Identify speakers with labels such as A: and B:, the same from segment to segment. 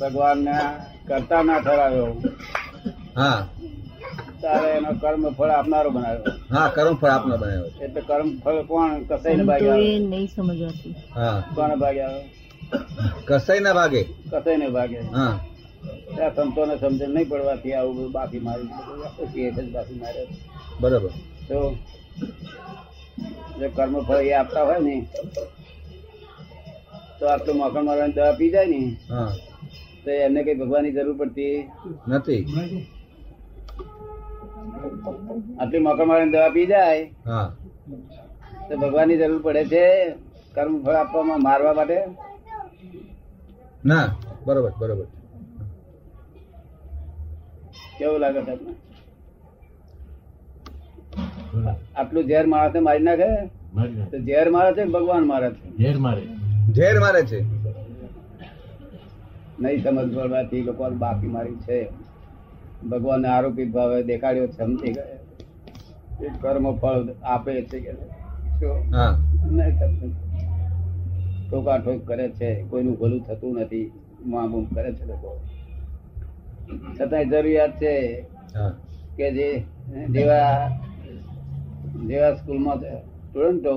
A: ભગવાનના કરતા ના ઠરાવ્યો
B: હા
A: તારે એનો કર્મ ફળ આપનારો બનાવ્યો
B: હા કર્મ ફળ આપનો બનાવ્યો
A: એટલે કર્મ ફળ કોણ કસાઈને
C: સંતો એ
A: ભાગ્યા
C: નહીં સમજવાતું
B: હા
A: કોને ભાગ્યા
B: કસાઈ ના ભાગે
A: કસાઈને ભાગ્યા
B: હા
A: આ સંતોને સમજણ નહીં પડવાથી આવું બધું બાફી મારી પછી એક જ બાફી મારે
B: બરોબર
A: તો જો કર્મ ફળ એ આપતા હોય ને તો આટલું મોકણ મારવાની દવા પી જાય ને
B: હા
A: તો એમને કઈ ભગવાનની જરૂર પડતી
B: નથી
A: આટલી મોકણ મારવાની દવા પી જાય
B: હા
A: તો ભગવાનની જરૂર પડે છે કર્મ ફળ આપવામાં મારવા માટે
B: ના બરોબર બરોબર
A: કેવું લાગે તમને આટલું ઝેર માણસને મારી નાખે તો ઝેર મારે છે કે ભગવાન મારે છે
D: ઝેર મારે
B: ઝેર મારે છે
A: નહીં સમજ પડવાથી લોકો બાકી મારી છે ભગવાનને આરોપી ભાવે દેખાડ્યો છે સમજી ગયો એ કર્મ ફળ આપે છે કે શું?
B: હા
A: નહીં સમજણ. ઠોકાઠોક કરે છે કોઈનું ભલું થતું નથી માં બૂમ કરે છે લોકો છતાંય જરૂરિયાત છે
B: હા
A: કે જે જેવા જેવા સ્કૂલમાં સ્ટુડન્ટો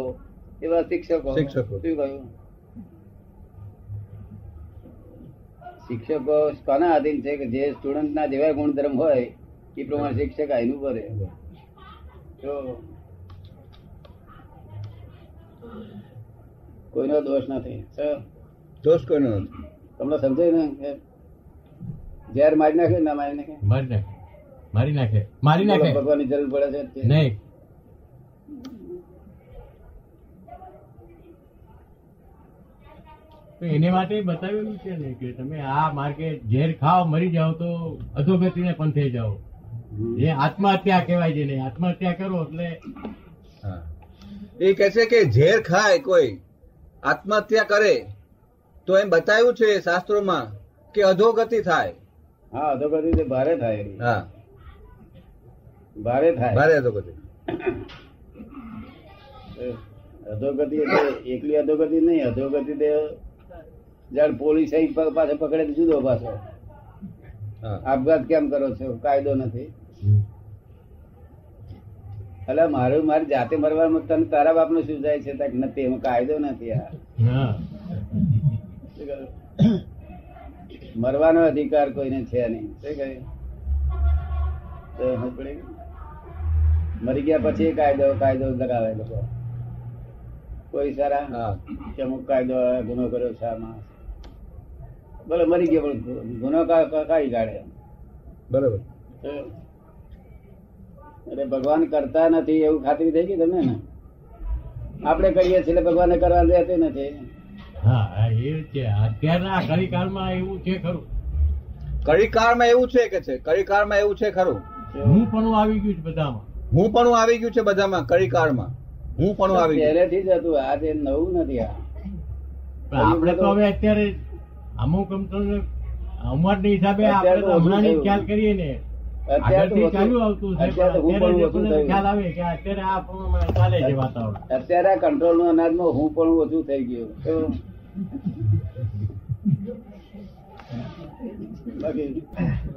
A: એવા શિક્ષકો
B: શિક્ષકો.
A: શું કહ્યું શિક્ષકો કોના આધીન છે કે જે સ્ટુડન્ટના જેવા ગુણધર્મ હોય એ પ્રમાણે શિક્ષક આયનું કરે તો કોઈનો દોષ નથી સર,
B: દોષ કોઈનો નથી
A: તમને સમજાય ને કે ઝેર મારી નાખે કે ના મારી નાખે
D: મારી નાખે મારી નાખે મારી નાખે
A: ભગવાનની જરૂર પડે છે
D: નહીં તો એને માટે બતાવેલું છે ને કે તમે આ માર્ગે ઝેર ખાઓ મરી જાઓ તો અધોગતિને પણ થઈ જાઓ એ આત્મહત્યા કહેવાય છે ને આત્મહત્યા કરો એટલે
B: હા એ કહે છે કે ઝેર ખાય કોઈ આત્મહત્યા કરે તો એમ બતાવ્યું છે શાસ્ત્રોમાં કે અધોગતિ થાય
A: હા તો બધું તે ભારે થાય એવી.
B: હા
A: ભારે થાય
B: ભારે અધોગતિ
A: અધોગતિ એટલે એકલી અધોગતિ નહીં અધોગતિ તે જાણ પોલીસ આવી પ- પાછો પકડે તો જુદો પાછો
B: હા
A: આપઘાત કેમ કરો છો કાયદો નથી એટલે મારું મારી જાતે મરવાનું તને તારા બાપનું શું જાય છે તાક નથી એમાં કાયદો નથી આ
D: હા
A: શું કહ્યું? મરવાનો અધિકાર કોઈને છે નહીં શું કહ્યું? તો સમજ પડી ગઈ? મરી ગયા પછી કાયદો કાયદો લગાવે લોકો કોઈ સારા
B: હા
A: કે અમુક કાયદો આ ગુનો કર્યો છે આમાં બોલો મરી ગયો પણ ગુ- ગુનો કા- કા- કાઢી કાઢે
B: બરોબર
A: તો એટલે ભગવાન કરતા નથી એવું ખાતરી થઈ ગઈ તમને ને આપણે કરીએ છીએ એટલે ભગવાને કરવા દેતી નથી
D: હા હા, એ છે અત્યારના આ કલિકાળમાં એવું છે ખરું
B: કડીકાળમાં એવું છે કે છે કડીકાળમાં એવું છે ખરું
D: હું પણ આવી ગયું છે બધામાં
B: હું પણ આવી ગયું છે બધામાં કડીકાળમાં હું પણ આવી ગયું
A: પહેલેથી જ હતું આ જે નવું નથી આ
D: પણ આપણે તો હવે અત્યારે અમુક કંપનીઓને ઉંમરની હિસાબે આપણે તો હમણાંની જ ખ્યાલ કરીએ ને
A: અત્યારે તો
D: આગળથી ચાલુ આવતું
A: ઓછું-
D: છે
A: અત્યારે તો હું પણ
D: પણ
A: ઓછું
D: અત્યારે લોકોને ખ્યાલ
A: થયું
D: આવે કે અત્યારે આ પ્રમાણમાં ચાલે છે વાતાવરણ
A: અત્યારે આ કંટ્રોલનું અનાજમાં હું પણ ઓછું થઈ ગયું કેવું? બાકી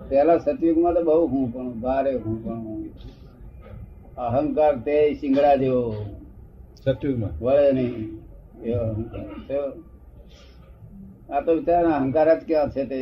A: પહેલા સતયુગમાં તો બહુ હું પણ ભારે હું પણ અહંકાર તે શિંગડા જેવો
B: સત્યુગમાં
A: વળે નહીં એવો અહંકાર. કેવો? આ તો વિચાર અહંકાર જ કેવા છે તે